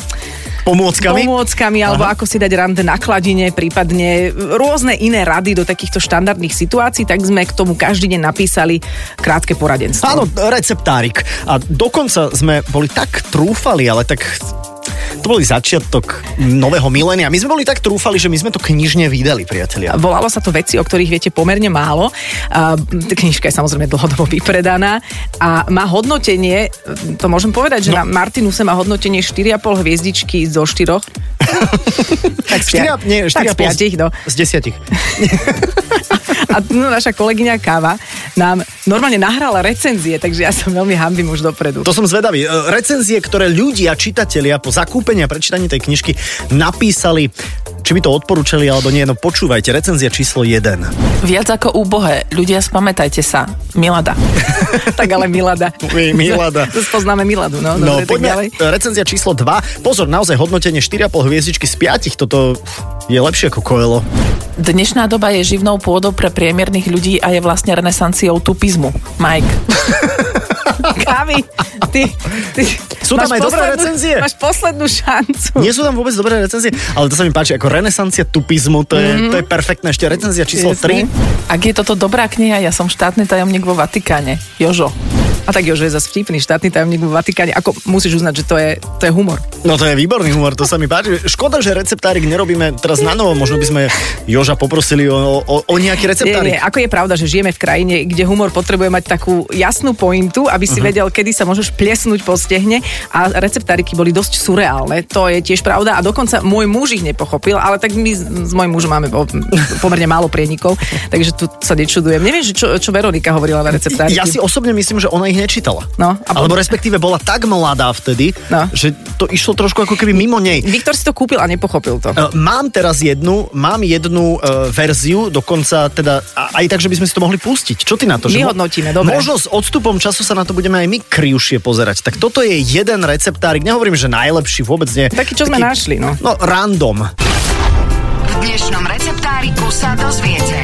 [SPEAKER 2] Pomôckami?
[SPEAKER 3] pomôckami, alebo ako si dať rande na kladine, prípadne rôzne iné rady do takýchto štandardných situácií, tak sme k tomu každý deň napísali krátke poradenstvo.
[SPEAKER 2] Áno, receptárik. A dokonca sme boli tak trúfali, ale tak to boli začiatok nového milénia. My sme boli tak trúfali, že my sme to knižne vydali, priatelia.
[SPEAKER 3] Volalo sa to veci, o ktorých viete pomerne málo. A, knižka je samozrejme dlhodobo vypredaná a má hodnotenie, to môžem povedať, že no. na Martinuse má hodnotenie 4,5 hviezdičky zo 4. tak z
[SPEAKER 2] Štyria,
[SPEAKER 3] piat-
[SPEAKER 2] nie,
[SPEAKER 3] tak
[SPEAKER 2] štyria
[SPEAKER 3] z piatich, no.
[SPEAKER 2] Z desiatich.
[SPEAKER 3] A no, naša kolegyňa Káva nám normálne nahrala recenzie, takže ja som veľmi hambím už dopredu.
[SPEAKER 2] To som zvedavý. E, Recenzie, ktoré ľudia, čitatelia po zakúpení a prečítaní tej knižky napísali, či by to odporúčali alebo nie, no počúvajte, recenzia číslo 1.
[SPEAKER 3] No,
[SPEAKER 6] Viac ako úbohé, ľudia spamätajte sa. Milada.
[SPEAKER 3] tak ale Milada.
[SPEAKER 2] Mi- Milada.
[SPEAKER 3] To spoznáme Miladu, no.
[SPEAKER 2] No,
[SPEAKER 3] Dobre, tak ďalej.
[SPEAKER 2] poďme, e, recenzia číslo 2. Pozor, naozaj hodnotenie 4,5 hviezdičky z 5, toto je lepšie ako Coelho.
[SPEAKER 6] Dnešná doba je živnou pôdou pre priemerných ľudí a je vlastne renesanciou tupizmu. Mike.
[SPEAKER 3] Kávi, ty, ty
[SPEAKER 2] Sú tam aj
[SPEAKER 3] máš
[SPEAKER 2] dobré
[SPEAKER 3] poslednú-
[SPEAKER 2] recenzie.
[SPEAKER 3] Máš poslednú šancu.
[SPEAKER 2] Nie sú tam vôbec dobré recenzie, ale to sa mi páči, ako renesancia tupizmu, to je, mm-hmm. to je perfektné. Ešte recenzia číslo
[SPEAKER 3] Mhm. Jasné.
[SPEAKER 2] 3.
[SPEAKER 6] Ak je toto dobrá kniha, ja som štátny tajomník vo Vatikáne. Jožo.
[SPEAKER 3] A tak Jožo je zase vtipný štátny tajomník v Vatikáne. Ako musíš uznať, že to je, to je humor.
[SPEAKER 2] No to je výborný humor, to sa mi páči. Škoda, že receptárik nerobíme teraz na novo, možno by sme Joža poprosili o, o, o nejaký
[SPEAKER 3] Nie, nie,
[SPEAKER 2] receptárik.
[SPEAKER 3] ako je pravda, že žijeme v krajine, kde humor potrebuje mať takú jasnú pointu, aby
[SPEAKER 6] Mhm.
[SPEAKER 3] si uh-huh. vedel, kedy sa môžeš plesnúť po stehne a receptáriky boli dosť surreálne. To je tiež pravda a dokonca môj muž ich nepochopil, ale tak my s, s môjim mužom máme o- pomerne málo prienikov, takže tu sa nečudujem. Neviem, že čo, čo Veronika hovorila na receptáriky.
[SPEAKER 2] Ja si osobne myslím, že ona ich nečítala.
[SPEAKER 3] No, a
[SPEAKER 2] Alebo respektíve bola tak mladá vtedy,
[SPEAKER 3] No.
[SPEAKER 2] že to išlo trošku ako keby mimo nej.
[SPEAKER 3] Viktor si to kúpil a nepochopil to.
[SPEAKER 2] E, Mám teraz jednu, mám jednu e, verziu, dokonca teda a- aj tak, že by sme si to mohli pustiť. Čo ty na to? Že mo-
[SPEAKER 3] Vyhodnotíme, dobre.
[SPEAKER 2] Možno s odstupom času sa na to budeme aj my krivšie pozerať. Tak toto je jeden receptárik, nehovorím, že najlepší, vôbec nie.
[SPEAKER 3] Taký, čo sme našli, no.
[SPEAKER 2] No, random.
[SPEAKER 1] V dnešnom receptáriku sa dozviete.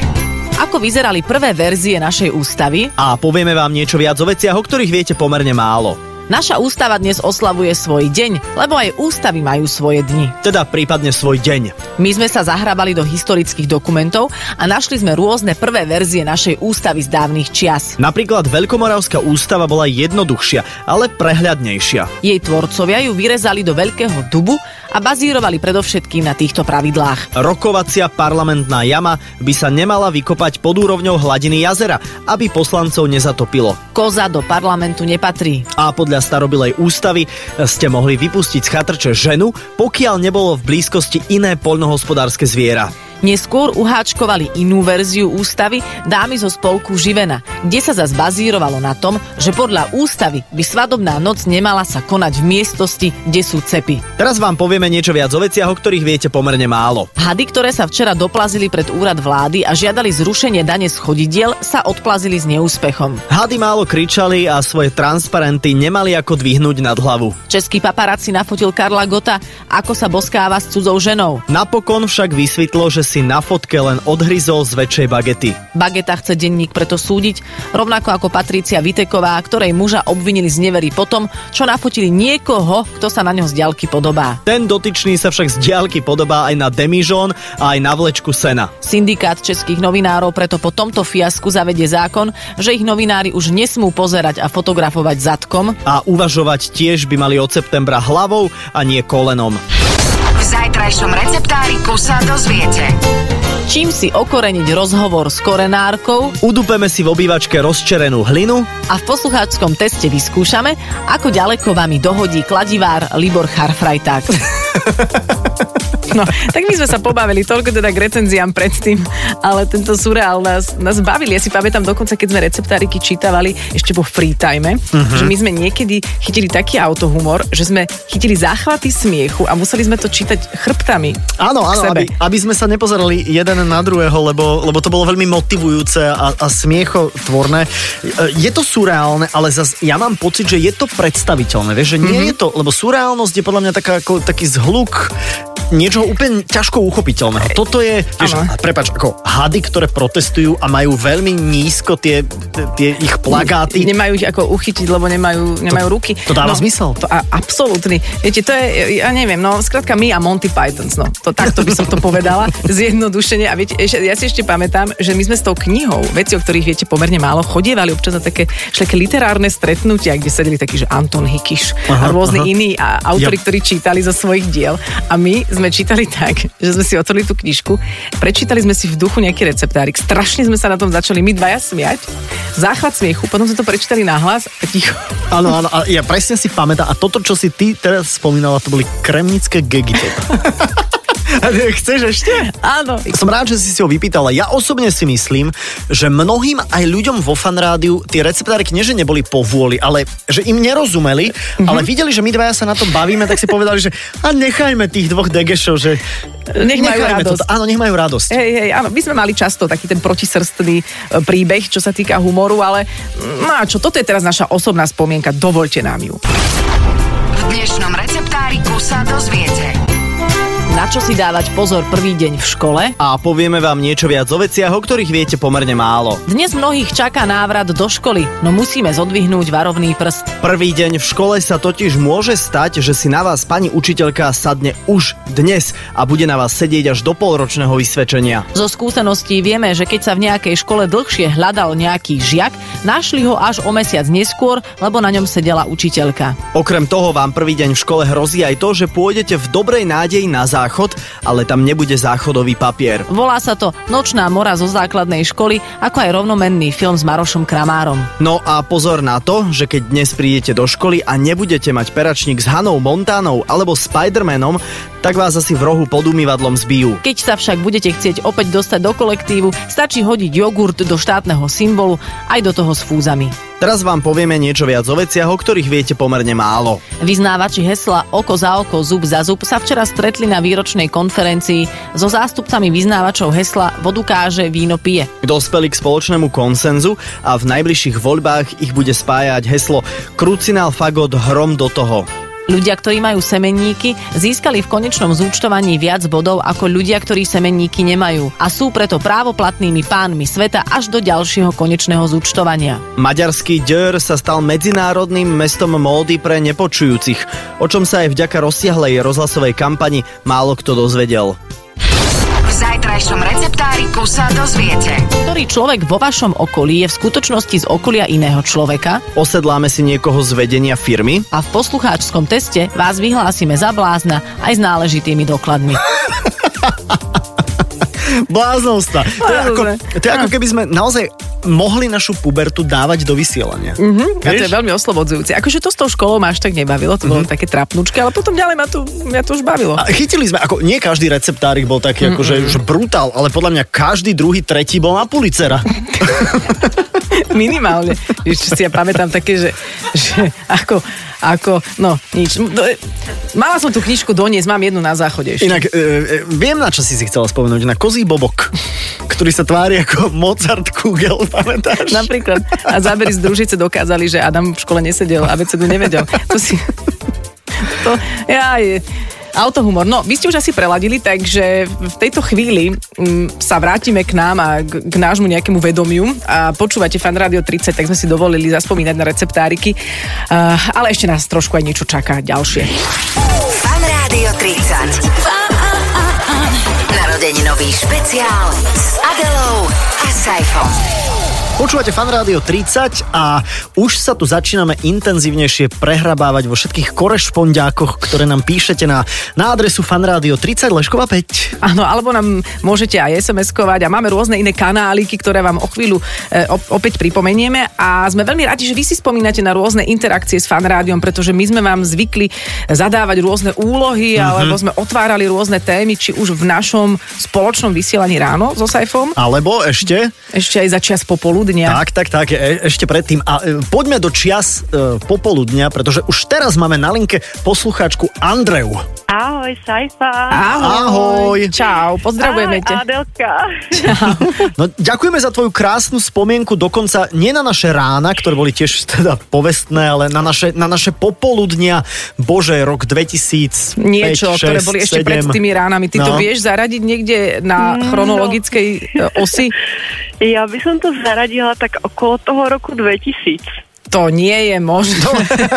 [SPEAKER 3] Ako vyzerali prvé verzie našej ústavy?
[SPEAKER 2] A povieme vám niečo viac o veciach, o ktorých viete pomerne málo.
[SPEAKER 3] Naša ústava dnes oslavuje svoj deň, lebo aj ústavy majú svoje dni.
[SPEAKER 2] Teda prípadne svoj deň.
[SPEAKER 3] My sme sa zahrabali do historických dokumentov a našli sme rôzne prvé verzie našej ústavy z dávnych čias.
[SPEAKER 2] Napríklad Veľkomoravská ústava bola jednoduchšia, ale prehľadnejšia.
[SPEAKER 3] Jej tvorcovia ju vyrezali do veľkého dubu a bazírovali predovšetkým na týchto pravidlách.
[SPEAKER 2] Rokovacia parlamentná jama by sa nemala vykopať pod úrovňou hladiny jazera, aby poslancov nezatopilo.
[SPEAKER 3] Koza do parlamentu nepatrí.
[SPEAKER 2] A podľa starobilej ústavy ste mohli vypustiť z chatrče ženu, pokiaľ nebolo v blízkosti iné poľnohospodárske zviera.
[SPEAKER 3] Neskôr uháčkovali inú verziu ústavy dámy zo spolku Živena, kde sa zas bazírovalo na tom, že podľa ústavy by svadobná noc nemala sa konať v miestnosti, kde sú cepy.
[SPEAKER 2] Teraz vám povieme niečo viac o veciach, o ktorých viete pomerne málo.
[SPEAKER 3] Hady, ktoré sa včera doplazili pred úrad vlády a žiadali zrušenie dane z chodidiel, sa odplazili s neúspechom.
[SPEAKER 2] Hady málo kričali a svoje transparenty nemali ako dvihnúť nad hlavu.
[SPEAKER 3] Český paparazzi nafotil Karla Gota, ako sa boskáva s cudzou ženou.
[SPEAKER 2] Napokon však vysvetlo, že si na fotke len odhryzol z väčšej bagety.
[SPEAKER 3] Bageta chce denník preto súdiť, rovnako ako Patricia Viteková, ktorej muža obvinili z nevery potom, čo nafotili niekoho, kto sa na ňo z diaľky podobá.
[SPEAKER 2] Ten dotyčný sa však z diaľky podobá aj na demižón a aj na vlečku sena.
[SPEAKER 3] Syndikát českých novinárov preto po tomto fiasku zavedie zákon, že ich novinári už nesmú pozerať a fotografovať zadkom.
[SPEAKER 2] A uvažovať tiež by mali od septembra hlavou a nie kolenom.
[SPEAKER 1] V zajtrajšom receptáriku sa dozviete.
[SPEAKER 3] Čím si okoreniť rozhovor s korenárkou
[SPEAKER 2] Udupeme si v obývačke rozčerenú hlinu
[SPEAKER 3] a v poslucháčskom teste vyskúšame, ako ďaleko vami dohodí kladivár Libor Charfrajták. No, tak my sme sa pobavili toľko teda k recenziám predtým, ale tento surreál nás, nás bavil. Ja si pamätám dokonca, keď sme receptáriky čítavali ešte po free time, uh-huh. že my sme niekedy chytili taký autohumor, že sme chytili záchvaty smiechu a museli sme to čítať chrbtami.
[SPEAKER 2] Áno,
[SPEAKER 3] k
[SPEAKER 2] áno, aby,
[SPEAKER 3] sebe.
[SPEAKER 2] aby sme sa nepozerali jeden na druhého, lebo, lebo to bolo veľmi motivujúce a, a smiechotvorné. E, Je to surreálne, ale zas, ja mám pocit, že je to predstaviteľné, vieš, že
[SPEAKER 3] Mhm.
[SPEAKER 2] nie mm-hmm. je to, lebo surreálnosť je podľa mňa taká, ako, taký zhluk niečoho úplne ťažko uchopiteľného. Toto je, vieš,
[SPEAKER 3] Áno.
[SPEAKER 2] prepač, ako hady, ktoré protestujú a majú veľmi nízko tie, tie ich plagáty.
[SPEAKER 3] Nemajú ich ako uchytiť, lebo nemajú, nemajú
[SPEAKER 2] To-
[SPEAKER 3] ruky.
[SPEAKER 2] to dáva
[SPEAKER 3] no,
[SPEAKER 2] zmysel.
[SPEAKER 3] To a, absolútny. Viete, to je, ja neviem, no skrátka my a Monty Pythons, no. To, takto by som to povedala, zjednodušene. A viete, ešte, ja si ešte pamätám, že my sme s tou knihou, veci, o ktorých viete pomerne málo, chodievali občas na také všelijaké literárne stretnutia, kde sedeli takí, že Anton Hikiš
[SPEAKER 2] Aha,
[SPEAKER 3] a rôzni
[SPEAKER 2] aha.
[SPEAKER 3] iní a autori,
[SPEAKER 2] Ja-
[SPEAKER 3] ktorí čítali zo svojich diel. A my sme čítali tak, že sme si otvorili tú knižku, prečítali sme si v duchu nejaký receptárik, strašne sme sa na tom začali my dvaja smiať, záchvat smiechu, potom sme to prečítali nahlas a ticho.
[SPEAKER 2] Áno, áno, a ja presne si pamätám. A toto, čo si ty teraz spomínala, to boli kremnické gegity. A ty Chceš ešte?
[SPEAKER 3] Áno.
[SPEAKER 2] Som rád, že si si ho vypýtala. Ja osobne si myslím, že mnohým aj ľuďom vo fanrádiu tie receptári knieže neboli po vôli, ale že im nerozumeli, ale videli, že my dvaja sa na tom bavíme, tak si povedali, že a nechajme tých dvoch degešov, že
[SPEAKER 3] Nech majú
[SPEAKER 2] nechajme
[SPEAKER 3] radosť.
[SPEAKER 2] toto. Áno, nech majú radosť. E-
[SPEAKER 3] Hej, hej, áno, my sme mali často taký ten protisrstný e, príbeh, čo sa týka humoru, ale no a čo, toto je teraz naša osobná spomienka, dovolte nám ju.
[SPEAKER 1] V dnešnom receptáriku sa dozviete.
[SPEAKER 3] Na čo si dávať pozor prvý deň v škole?
[SPEAKER 2] A povieme vám niečo viac o veciach, o ktorých viete pomerne málo.
[SPEAKER 3] Dnes mnohých čaká návrat do školy, no musíme zodvihnúť varovný prst.
[SPEAKER 2] Prvý deň v škole sa totiž môže stať, že si na vás pani učiteľka sadne už dnes a bude na vás sedieť až do polročného vysvedčenia.
[SPEAKER 3] Zo skúseností vieme, že keď sa v nejakej škole dlhšie hľadal nejaký žiak, našli ho až o mesiac neskôr, lebo na ňom sedela učiteľka.
[SPEAKER 2] Okrem toho vám prvý deň v škole hrozí aj to, že pôjdete v dobrej nádeji na záchod, ale tam nebude záchodový papier.
[SPEAKER 3] Volá sa to Nočná mora zo základnej školy, ako aj rovnomenný film s Marošom Kramárom.
[SPEAKER 2] No a pozor na to, že keď dnes prídete do školy a nebudete mať peračník s Hanou Montánou alebo Spidermanom, tak vás asi v rohu pod umývadlom zbijú.
[SPEAKER 3] Keď sa však budete chcieť opäť dostať do kolektívu, stačí hodiť jogurt do štátneho symbolu aj do toho s fúzami.
[SPEAKER 2] Teraz vám povieme niečo viac o veciach, o ktorých viete pomerne málo.
[SPEAKER 3] Vyznávači hesla Oko za oko, zub za zub sa včera stretli na výročnej konferencii so zástupcami vyznávačov hesla Vodu káže, víno pije.
[SPEAKER 2] Dospeli k spoločnému konsenzu a v najbližších voľbách ich bude spájať heslo Krucinál Fagot hrom do toho.
[SPEAKER 3] Ľudia, ktorí majú semenníky, získali v konečnom zúčtovaní viac bodov ako ľudia, ktorí semenníky nemajú a sú preto právoplatnými pánmi sveta až do ďalšieho konečného zúčtovania.
[SPEAKER 2] Maďarský Dör sa stal medzinárodným mestom módy pre nepočujúcich, o čom sa aj vďaka rozsiahlej rozhlasovej kampani málo kto dozvedel.
[SPEAKER 1] V zajtrajšom receptáriku sa dozviete.
[SPEAKER 3] Ktorý človek vo vašom okolí je v skutočnosti z okolia iného človeka
[SPEAKER 2] Osedláme si niekoho z vedenia firmy,
[SPEAKER 3] a v poslucháčskom teste vás vyhlásime za blázna aj s náležitými dokladmi.
[SPEAKER 2] Bláznostva. To je, ako,
[SPEAKER 3] Blázne.
[SPEAKER 2] to je ako keby sme naozaj mohli našu pubertu dávať do vysielania. Mm-hmm.
[SPEAKER 3] A to je veľmi oslobodzujúce. Akože to s tou školou ma až tak nebavilo, to bolo také trapnučky, ale potom ďalej ma to, mňa to už bavilo.
[SPEAKER 2] A chytili sme, ako nie každý receptárik bol taký, akože už brutál, ale podľa mňa každý druhý, tretí bol na pulicera.
[SPEAKER 3] Minimálne. Ešte si ja pamätám také, že, že ako, ako, no nič. No, e, Mala som tú knižku doniesť, mám jednu na záchode ešte.
[SPEAKER 2] Inak, e, e, viem na čo si si chcela spomenúť, na kozí bobok, ktorý sa tvári ako Mozart Kugel, pamätáš?
[SPEAKER 3] Napríklad. A zábery z družice dokázali, že Adam v škole nesedel a vecedu nevedel. To si... To... Ja je... Autohumor. No, vy ste už asi preladili, takže v tejto chvíli m, sa vrátime k nám a k, k nášmu nejakému vedomiu. A počúvate Fan Radio 30, tak sme si dovolili zaspomínať na receptáriky. Uh, ale ešte nás trošku aj niečo čaká ďalšie.
[SPEAKER 1] Fan Rádio 30. Narodeninový špeciál s Adelou a Saifom.
[SPEAKER 2] Počúvate Fan Rádio 30 a už sa tu začíname intenzívnejšie prehrabávať vo všetkých korešpondiákoch, ktoré nám píšete na, na adresu fanradio 30 Leškova 5.
[SPEAKER 3] Áno, alebo nám môžete aj SMS-kovať a máme rôzne iné kanáliky, ktoré vám o chvíľu e, op- opäť pripomenieme a sme veľmi radi, že vy si spomínate na rôzne interakcie s fanrádiom, pretože my sme vám zvykli zadávať rôzne
[SPEAKER 2] Mhm.
[SPEAKER 3] úlohy mm-hmm. alebo sme otvárali rôzne témy, či už v našom spoločnom vysielaní ráno so Saifom,
[SPEAKER 2] Alebo ešte,
[SPEAKER 3] ešte aj za čas popoludnia.
[SPEAKER 2] tak, tak, tak, e, ešte predtým. A e, poďme do čias e, popoludnia, pretože už teraz máme na linke poslucháčku Andreu.
[SPEAKER 7] Ahoj, Saifa.
[SPEAKER 2] Ahoj.
[SPEAKER 3] Čau, pozdravujeme ťa.
[SPEAKER 7] Ahoj, Adelka.
[SPEAKER 2] No, ďakujeme za tvoju krásnu spomienku, dokonca nie na naše rána, ktoré boli tiež teda povestné, ale na naše, na naše popoludnia. Bože, rok 2000.
[SPEAKER 3] Niečo,
[SPEAKER 2] 5, 6,
[SPEAKER 3] ktoré boli ešte
[SPEAKER 2] 7.
[SPEAKER 3] pred tými ránami. Ty to
[SPEAKER 2] No.
[SPEAKER 3] vieš zaradiť niekde na chronologickej e, osi?
[SPEAKER 7] Ja by som to zaradila tak okolo toho roku 2000.
[SPEAKER 3] To nie je možné.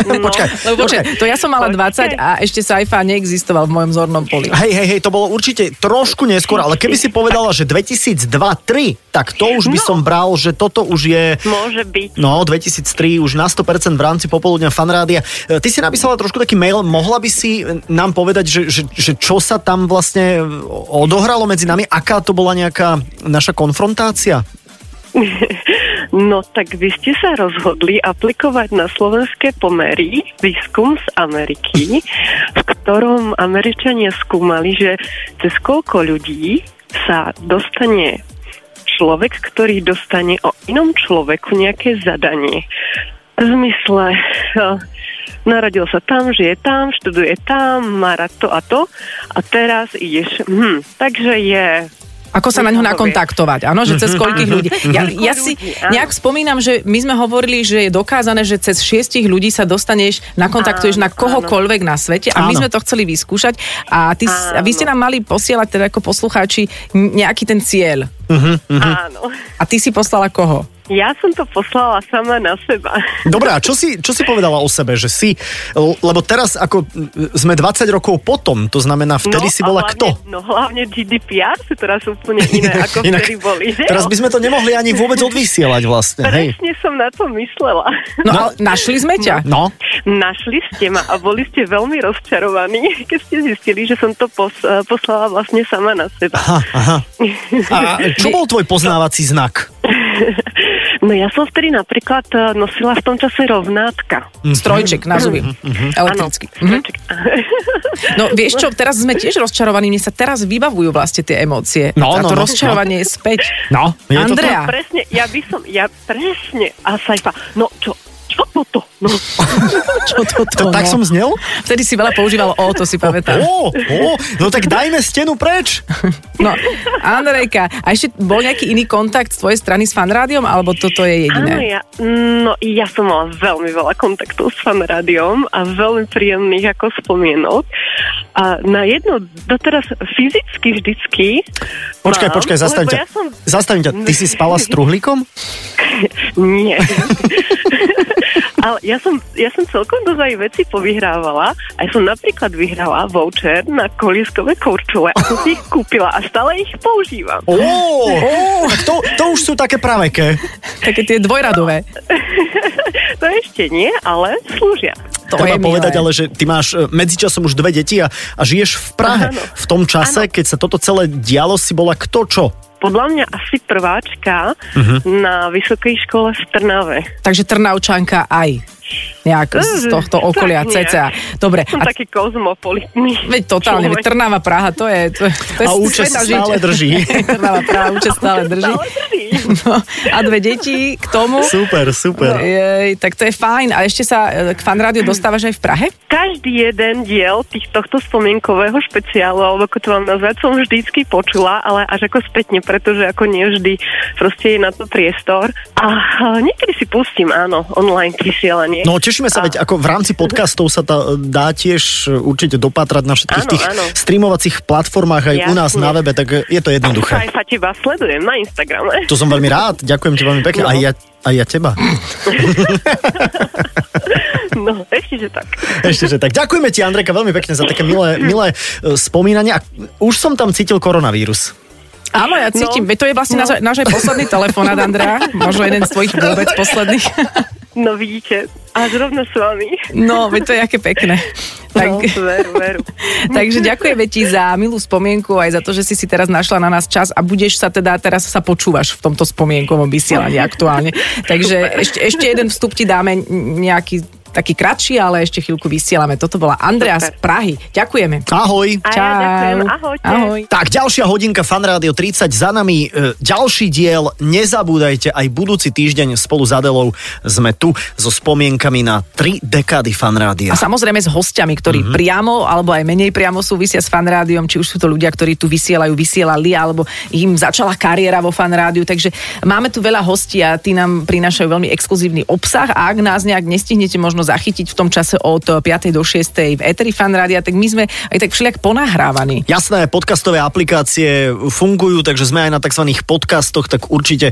[SPEAKER 7] No.
[SPEAKER 2] Počkaj,
[SPEAKER 3] Lebo počkaj, to ja som mala 20
[SPEAKER 7] Počkaj.
[SPEAKER 3] a ešte Saifa neexistoval v mojom zornom poli.
[SPEAKER 2] Hej, hej, hej, to bolo určite trošku neskôr, ale keby si povedala, že 2002-3, tak to už by
[SPEAKER 7] No.
[SPEAKER 2] som bral, že toto už je...
[SPEAKER 7] Môže byť.
[SPEAKER 2] No, 2003, už na 100% v rámci popoludňa fanrádia. E, Ty si napísala trošku taký mail, mohla by si e, nám povedať, že, že, že čo sa tam vlastne odohralo medzi nami, aká to bola nejaká naša konfrontácia?
[SPEAKER 7] No tak vy ste sa rozhodli aplikovať na slovenské pomery výskum z Ameriky, v ktorom Američania skúmali, že cez koľko ľudí sa dostane človek, ktorý dostane o inom človeku nejaké zadanie. V zmysle, eh, narodil sa tam, žije tam, študuje tam, má rád to a to a teraz ideš, hm, takže je
[SPEAKER 3] Ako sa na ňo nakontaktovať, áno, že cez koľkých ľudí. Ja,
[SPEAKER 7] Koľko
[SPEAKER 3] ja si
[SPEAKER 7] ľudí, áno.
[SPEAKER 3] nejak spomínam, že my sme hovorili, že je dokázané, že cez šiestich ľudí sa dostaneš, nakontaktuješ na
[SPEAKER 7] Áno,
[SPEAKER 3] kohokoľvek na svete a my
[SPEAKER 2] Áno.
[SPEAKER 3] sme to chceli vyskúšať a, ty, s- a vy ste nám mali posielať teda ako poslucháči nejaký ten cieľ.
[SPEAKER 7] áno.
[SPEAKER 3] A ty si poslala koho?
[SPEAKER 7] Ja som to poslala sama na seba.
[SPEAKER 2] Dobre, a čo si, čo si povedala o sebe, že si, lebo teraz ako e, sme 20 rokov potom, to znamená, vtedy si
[SPEAKER 7] a
[SPEAKER 2] bola
[SPEAKER 7] hlavne,
[SPEAKER 2] kto?
[SPEAKER 7] No hlavne GDPR sú teraz úplne iné, ako Inak, vtedy boli. že
[SPEAKER 2] teraz
[SPEAKER 7] jo?
[SPEAKER 2] by sme to nemohli ani vôbec odvysielať vlastne, hej.
[SPEAKER 7] Presne som na to myslela.
[SPEAKER 3] No, ale našli sme ťa.
[SPEAKER 2] No,
[SPEAKER 7] Našli ste ma a boli ste veľmi rozčarovaní, keď ste zistili, že som to pos- eh, poslala vlastne sama na seba.
[SPEAKER 2] aha, aha. A čo bol tvoj poznávací znak?
[SPEAKER 7] No ja som vtedy napríklad eh, nosila v tom čase rovnátka.
[SPEAKER 3] Strojček, nazvím. Elektrický. Mhm.
[SPEAKER 7] Čak-
[SPEAKER 3] No vieš čo, teraz sme tiež rozčarovaní, mne sa teraz vybavujú vlastne tie emócie.
[SPEAKER 2] No,
[SPEAKER 3] a
[SPEAKER 2] no,
[SPEAKER 3] to
[SPEAKER 2] no.
[SPEAKER 3] rozčarovanie je späť.
[SPEAKER 2] No, je to
[SPEAKER 3] Andrea,
[SPEAKER 7] Presne, ja by som, ja presne. A Saifa, no čo, čo toto? No,
[SPEAKER 3] Čo toto? no.
[SPEAKER 2] Tak som znel?
[SPEAKER 3] Vtedy si veľa používal o, to si pamätám.
[SPEAKER 2] Ó, ó, no tak dajme stenu preč.
[SPEAKER 3] No, Andrejka, a ešte bol nejaký iný kontakt z tvojej strany s fanrádiom, alebo toto je
[SPEAKER 7] áno,
[SPEAKER 3] jediné?
[SPEAKER 7] ja, no, ja som mala veľmi veľa kontaktov s fanrádiom a veľmi príjemných ako spomienok. A na jedno doteraz fyzicky vždycky
[SPEAKER 2] Počkaj,
[SPEAKER 7] mám,
[SPEAKER 2] počkaj, zastavím
[SPEAKER 7] No,
[SPEAKER 2] ťa.
[SPEAKER 7] lebo ja som...
[SPEAKER 2] Zastavím ťa. Ty si spala s truhlíkom?
[SPEAKER 7] Nie. Ale ja som, ja som celkom dosť aj veci povyhrávala. A ja som napríklad vyhrala voucher na kolieskové korčule. A som si ich kúpila a stále ich používam.
[SPEAKER 2] Ó, tak to, to už sú také praveké.
[SPEAKER 3] Také tie dvojradové.
[SPEAKER 7] To ešte nie, ale slúžia.
[SPEAKER 3] To
[SPEAKER 2] Treba
[SPEAKER 3] je milé.
[SPEAKER 2] povedať, ale že ty máš e, medzičasom už dve deti a, a žiješ v Prahe.
[SPEAKER 7] Áno.
[SPEAKER 2] V tom čase, keď sa toto celé dialo, si bola kto čo?
[SPEAKER 7] Podľa mňa asi prváčka
[SPEAKER 3] Mhm.
[SPEAKER 7] uh-huh. na vysokej škole v Trnave.
[SPEAKER 3] Takže Trnaučanka aj nejak z tohto okolia
[SPEAKER 7] Tak nejak.
[SPEAKER 3] CCA. Dobre,
[SPEAKER 7] Som
[SPEAKER 3] a
[SPEAKER 7] taký kozmopolitný.
[SPEAKER 3] Veď totálne, veď Trnava, Praha, to je... To, to je
[SPEAKER 2] A účes
[SPEAKER 3] svetná
[SPEAKER 2] stále
[SPEAKER 3] žiť.
[SPEAKER 2] drží.
[SPEAKER 3] Trnava, Praha, účes stále drží. No, a dve deti k tomu.
[SPEAKER 2] Super, super.
[SPEAKER 3] No.
[SPEAKER 7] No.
[SPEAKER 3] Jej, tak to je fajn. A ešte sa e, k fanrádiu dostávaš aj v Prahe?
[SPEAKER 7] Každý jeden diel tých tohto spomienkového špeciálu, alebo ako to mám nazvať, som vždycky počula, ale až ako spätne, pretože ako nevždy proste je na to priestor. A a niekedy si pustím, áno, online vysielanie.
[SPEAKER 2] No tešíme sa, veď ako v rámci podcastov sa tá, dá tiež e, určite dopatrať na všetkých
[SPEAKER 7] Áno,
[SPEAKER 2] tých
[SPEAKER 7] áno.
[SPEAKER 2] streamovacích platformách aj u nás
[SPEAKER 7] Jasne.
[SPEAKER 2] na webe, tak je to
[SPEAKER 7] Aj
[SPEAKER 2] jednoduché.
[SPEAKER 7] sa teba sledujem na Instagrame.
[SPEAKER 2] To som veľmi rád, ďakujem ti veľmi pekne.
[SPEAKER 7] No.
[SPEAKER 2] Aj ja, aj ja teba.
[SPEAKER 7] No, ešte, že tak.
[SPEAKER 2] Ešte, že tak. Ďakujeme ti, Andrejka, veľmi pekne za také milé, milé e, spomínanie. A už som tam cítil koronavírus.
[SPEAKER 3] Áno, ja cítim.
[SPEAKER 7] No.
[SPEAKER 3] Veď to je vlastne
[SPEAKER 7] No.
[SPEAKER 3] náš, náš aj posledný telefonát, Andrea. Možno jeden z tvojich vôbec posledných.
[SPEAKER 7] No vidíte, a zrovna s vami.
[SPEAKER 3] No, veď to je aké pekné.
[SPEAKER 7] No,
[SPEAKER 3] Tak,
[SPEAKER 7] veru, veru.
[SPEAKER 3] Takže ďakujeme ti za milú spomienku aj za to, že si si teraz našla na nás čas a budeš sa teda, teraz sa počúvaš v tomto spomienkovom vysielaní aktuálne. Takže ešte, ešte jeden vstup ti dáme nejaký taký kratší, ale ešte chvíľku vysielame. Toto bola Andrea z
[SPEAKER 7] Super.
[SPEAKER 3] Prahy. Ďakujeme.
[SPEAKER 2] Ahoj.
[SPEAKER 7] A ja ďakujem. Ahojte.
[SPEAKER 3] Ahoj.
[SPEAKER 2] Tak, ďalšia hodinka Fanrádio 30 za nami, e, ďalší diel, nezabúdajte, aj budúci týždeň spolu s Adelou sme tu so spomienkami na tri dekády Fanrádia.
[SPEAKER 3] A samozrejme s hostiami, ktorí mm-hmm. priamo alebo aj menej priamo súvisia s fanrádiom, či už sú to ľudia, ktorí tu vysielajú, vysielali, alebo im začala kariéra vo fanrádiu. Takže máme tu veľa hostí a tí nám prinášajú veľmi exkluzívny obsah a ak nás nejak nestihnete možno zachytiť v tom čase od eh, 5. do 6. v Eteri fanrádia, tak my sme aj tak všelijak ponahrávaní.
[SPEAKER 2] Jasné, podcastové aplikácie fungujú, takže sme aj na tzv. podcastoch, tak určite e,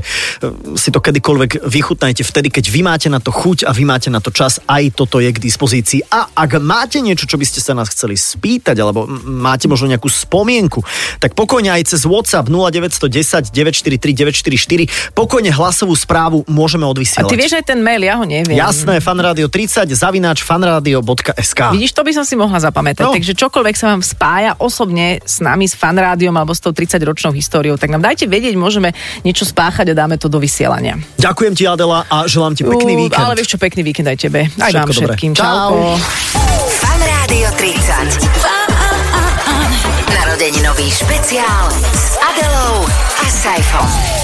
[SPEAKER 2] si to kedykoľvek vychutnajte vtedy, keď vy máte na to chuť a vy máte na to čas, aj toto je k dispozícii. A ak máte niečo, čo by ste sa nás chceli spýtať, alebo m- máte možno nejakú spomienku, tak pokojne aj cez WhatsApp 0910 943 944 pokojne hlasovú správu môžeme
[SPEAKER 3] A
[SPEAKER 2] odvysielať.
[SPEAKER 3] ty vieš aj ten mail, ja ho neviem.
[SPEAKER 2] Jasné, fanradio 30 zavináč fanradio.sk.
[SPEAKER 3] Vidíš, to by som si mohla zapamätať.
[SPEAKER 2] No.
[SPEAKER 3] No. Takže čokoľvek sa vám spája osobne s nami, s fanrádiom alebo s tou 30-ročnou históriou, tak nám dajte vedieť, môžeme niečo spáchať a dáme to do vysielania.
[SPEAKER 2] Ďakujem ti, Adela, a želám ti pekný
[SPEAKER 3] Ú,
[SPEAKER 2] víkend.
[SPEAKER 3] Ale vieš čo, pekný víkend aj tebe. Aj
[SPEAKER 2] Všetko
[SPEAKER 3] vám
[SPEAKER 2] dobré.
[SPEAKER 3] všetkým.
[SPEAKER 2] Čau.
[SPEAKER 3] Čauko.
[SPEAKER 1] Fan Rádio 30. Narodeninový špeciál s Adelou a Saifom.